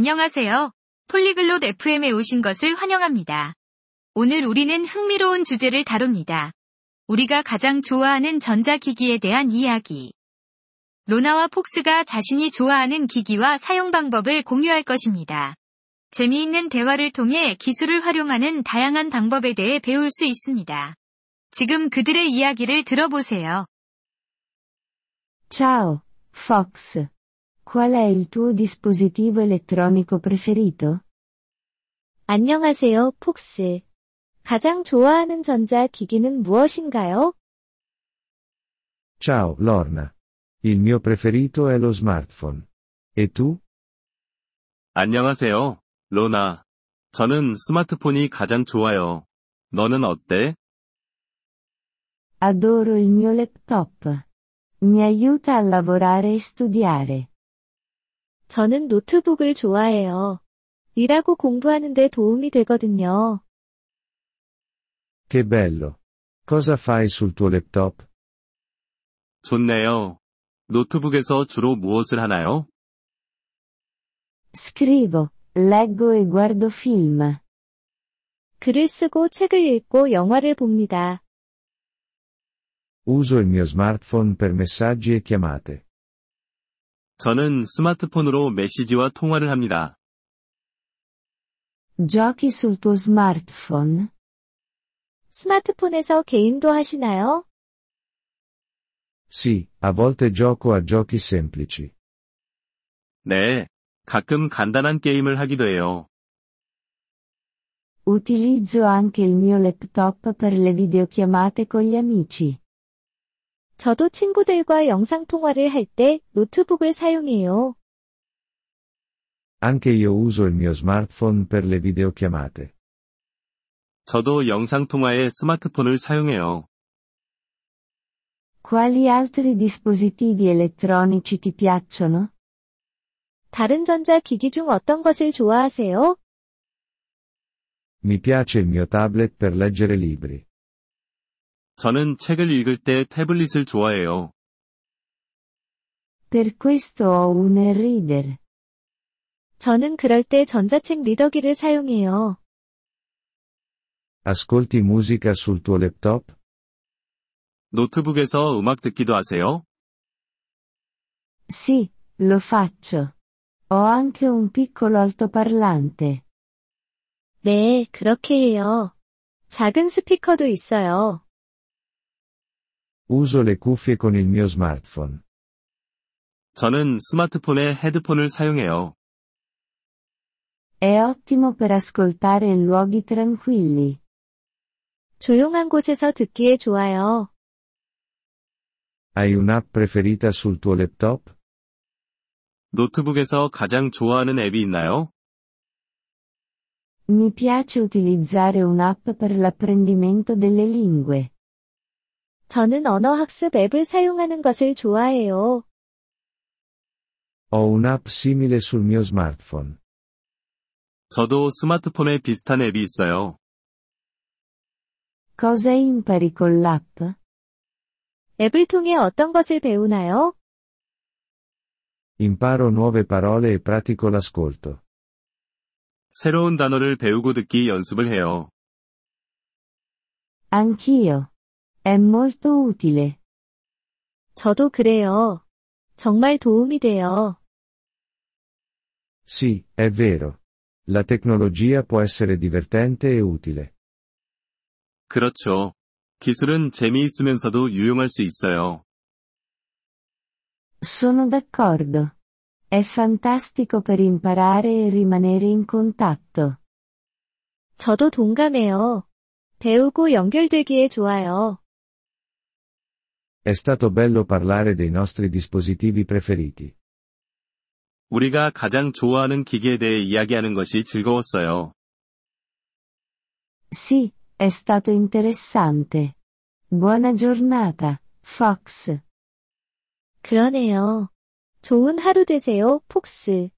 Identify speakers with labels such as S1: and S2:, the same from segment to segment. S1: 안녕하세요. 폴리글롯 FM에 오신 것을 환영합니다. 오늘 우리는 흥미로운 주제를 다룹니다. 우리가 가장 좋아하는 전자기기에 대한 이야기. 로나와 폭스가 자신이 좋아하는 기기와 사용 방법을 공유할 것입니다. 재미있는 대화를 통해 기술을 활용하는 다양한 방법에 대해 배울 수 있습니다. 지금 그들의 이야기를 들어보세요.
S2: Ciao, Fox. Qual è il tuo dispositivo elettronico preferito?
S3: 안녕하세요, 폭스. 가장 좋아하는 전자 기기는 무엇인가요?
S4: Ciao, Lorna. Il mio preferito è lo smartphone. E tu?
S5: 안녕하세요, 로나. 저는 스마트폰이 가장 좋아요. 너는 어때?
S2: Adoro il mio laptop. Mi aiuta a lavorare e studiare.
S3: 저는 노트북을 좋아해요. 일하고 공부하는데 도움이 되거든요.
S4: Che bello. Cosa fai sul tuo laptop?
S5: 좋네요. 노트북에서 주로 무엇을 하나요?
S2: Scrivo, leggo e guardo film.
S3: 글을 쓰고 책을 읽고 영화를 봅니다.
S4: Uso il mio smartphone per messaggi e chiamate.
S5: 저는 스마트폰으로 메시지와 통화를 합니다.
S2: Giochi sul tuo smartphone?
S3: 스마트폰에서 게임도 하시나요?
S4: Sì, a volte gioco a giochi semplici.
S5: 네. 가끔 간단한 게임을 하기도 해요.
S2: Utilizzo anche il mio laptop per le videochiamate con gli amici.
S3: 저도 친구들과 영상통화를 할 때 노트북을 사용해요.
S4: Anche io uso il mio smartphone per le videochiamate.
S5: 저도 영상통화에 스마트폰을 사용해요.
S2: Quali altri dispositivi elettronici ti piacciono?
S3: 다른 전자 기기 중 어떤 것을 좋아하세요?
S4: Mi piace il mio tablet per leggere libri.
S5: 저는 책을 읽을 때 태블릿을 좋아해요.
S2: Per questo ho un e-reader.
S3: 저는 그럴 때 전자책 리더기를 사용해요.
S4: Ascolti musica sul tuo laptop?
S5: 노트북에서 음악 듣기도 하세요?
S2: Sì, lo faccio. Ho anche un piccolo altoparlante.
S3: 네, 그렇게 해요. 작은 스피커도 있어요.
S4: Uso le cuffie con il mio smartphone.
S5: 저는 스마트폰에 헤드폰을 사용해요.
S2: È ottimo per ascoltare in luoghi tranquilli.
S3: 조용한 곳에서 듣기에 좋아요.
S4: Hai un'app preferita sul tuo laptop?
S5: 노트북에서 가장 좋아하는 앱이 있나요?
S2: Mi piace utilizzare un'app per l'apprendimento delle lingue.
S3: 저는 언어학습 앱을 사용하는 것을 좋아해요.
S4: Ho un'app simile sul mio smartphone.
S5: 저도 스마트폰에 비슷한 앱이 있어요.
S2: Cosa impari con l'app?
S3: 앱을 통해 어떤 것을 배우나요?
S4: Imparo nuove parole e pratico l'ascolto.
S5: 새로운 단어를 배우고 듣기 연습을 해요.
S2: Anch'io. È molto utile.
S3: 저도 그래요. 정말 도움이 돼요.
S4: Sì, è vero. La tecnologia può essere divertente e utile.
S5: 그렇죠. 기술은 재미있으면서도 유용할 수 있어요.
S2: Sono d'accordo. È fantastico per imparare e rimanere in contatto.
S3: 저도 동감해요. 배우고 연결되기에 좋아요.
S4: È stato bello parlare dei nostri dispositivi preferiti.
S5: 우리가 가장 좋아하는 기기에 대해 이야기하는 것이 즐거웠어요.
S2: Sì, è stato interessante. Buona giornata, Fox.
S3: 그러네요. 좋은 하루 되세요, 폭스.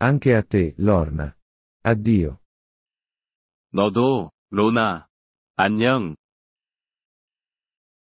S4: Anche a te, Lorna. Addio.
S5: 너도, 로나. 안녕.